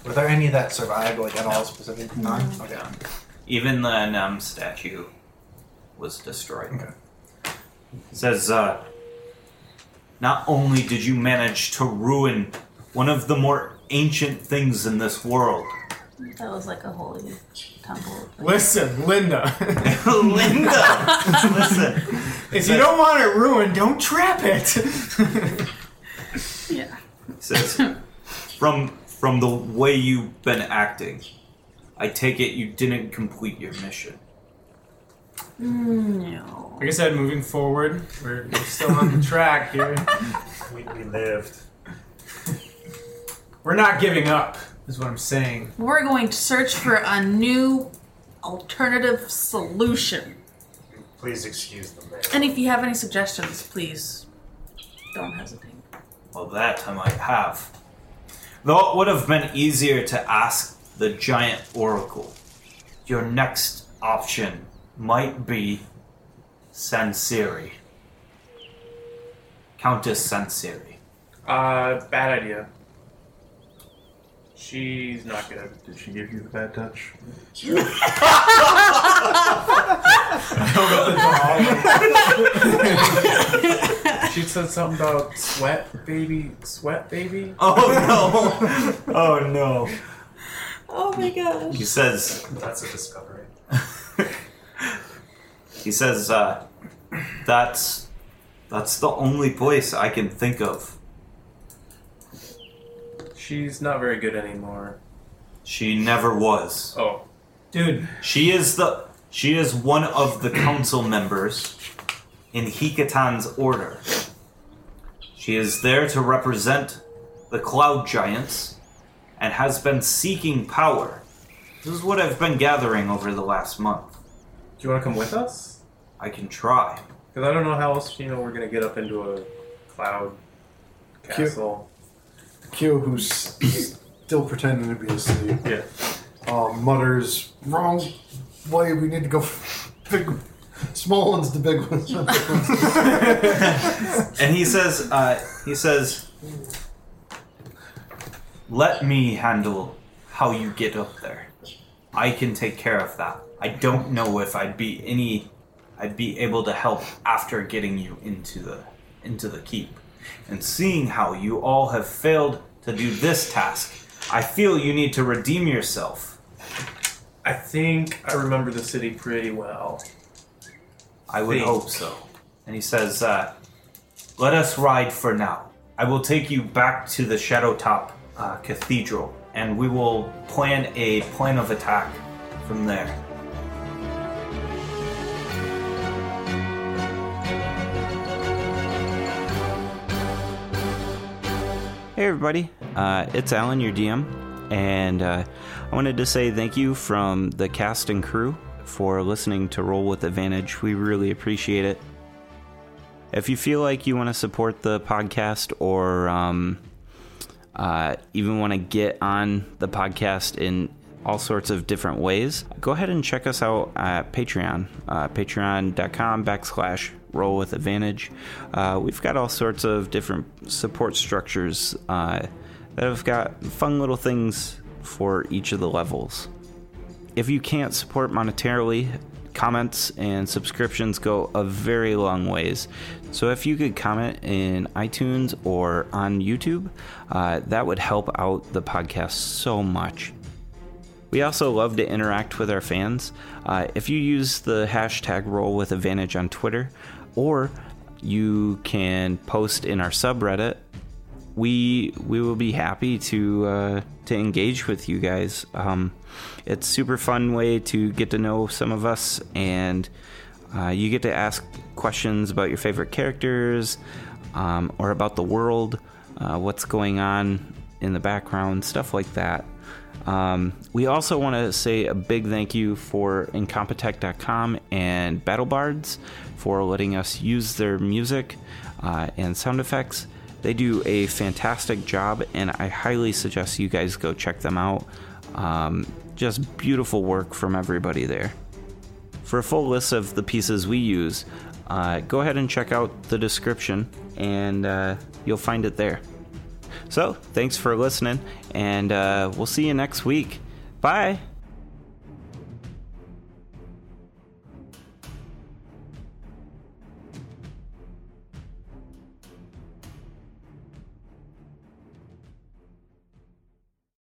D: Were there any that survived, like at all specific? None.
H: Mm-hmm.
D: Okay.
C: Even the Num statue was destroyed.
D: Okay.
C: Says, uh, not only did you manage to ruin one of the more ancient things in this world,
G: That was like a holy temple.
B: Listen, Linda,
C: Linda, listen,
B: if you don't want it ruined, don't trap it.
G: Yeah.
C: says, from from the way you've been acting, I take it you didn't complete your mission.
G: No.
B: like I said, moving forward, we're, we're still on the track here.
F: We, we lived.
B: We're not giving up, is what I'm saying.
G: We're going to search for a new alternative solution.
K: Please excuse the man.
G: And if you have any suggestions, please don't hesitate.
A: Well, that I might have. Though it would have been easier to ask the giant oracle, your next option might be Sansiri. Countess Sansiri.
F: Uh, bad idea. She's not good.
I: Did she give you the bad touch?
F: She said something about sweat baby, sweat baby.
A: Oh no! oh no!
G: Oh my gosh.
A: He says,
K: That's a discovery.
A: he says, uh, that's that's the only place I can think of.
F: She's not very good anymore.
A: She never was.
F: Oh,
L: Dude,
A: She is the she is one of the council members in Hikatan's order. She is there to represent the cloud giants and has been seeking power. This is what I've been gathering over the last month.
F: do you want to come with us?
A: I can try.
F: Because I don't know how else you know we're gonna get up into a cloud castle.
H: Q, who's still pretending to be asleep,
F: Yeah.
H: uh, mutters, "Wrong way. We need to go big, small ones to big ones."
A: And he says, uh, he says, let me handle how you get up there. I can take care of that. I don't know if I'd be any, I'd be able to help after getting you into the into the keep, and seeing how you all have failed to do this task. I feel you need to redeem yourself.
F: I think I remember the city pretty well.
A: I would
F: Thanks.
A: hope so. And he says, uh, Let us ride for now. I will take you back to the Shadowtop uh, Cathedral, and we will plan a plan of attack from there. Hey everybody, uh, it's Alan, your DM, and uh, I wanted to say thank you from the cast and crew for listening to Roll with Advantage. We really appreciate it. If you feel like you want to support the podcast or um, uh, even want to get on the podcast in all sorts of different ways, go ahead and check us out at Patreon, uh, patreon.com backslash roll with advantage. Uh, we've got all sorts of different support structures uh, that have got fun little things for each of the levels if you can't support monetarily, comments and subscriptions go a very long ways. So if you could comment in iTunes or on YouTube, uh, that would help out the podcast so much. We also love to interact with our fans. Uh, if you use the hashtag roll with advantage on Twitter, or you can post in our subreddit, we we will be happy to uh, to engage with you guys. Um, it's super fun way to get to know some of us, and uh, you get to ask questions about your favorite characters um, or about the world, uh, what's going on in the background, stuff like that. Um, we also want to say a big thank you for Incompetech.com and BattleBards for letting us use their music uh, and sound effects. They do a fantastic job, and I highly suggest you guys go check them out. Um, just beautiful work from everybody there. For a full list of the pieces we use, uh, go ahead and check out the description, and uh, you'll find it there. So, thanks for listening, and uh, we'll see you next week. Bye.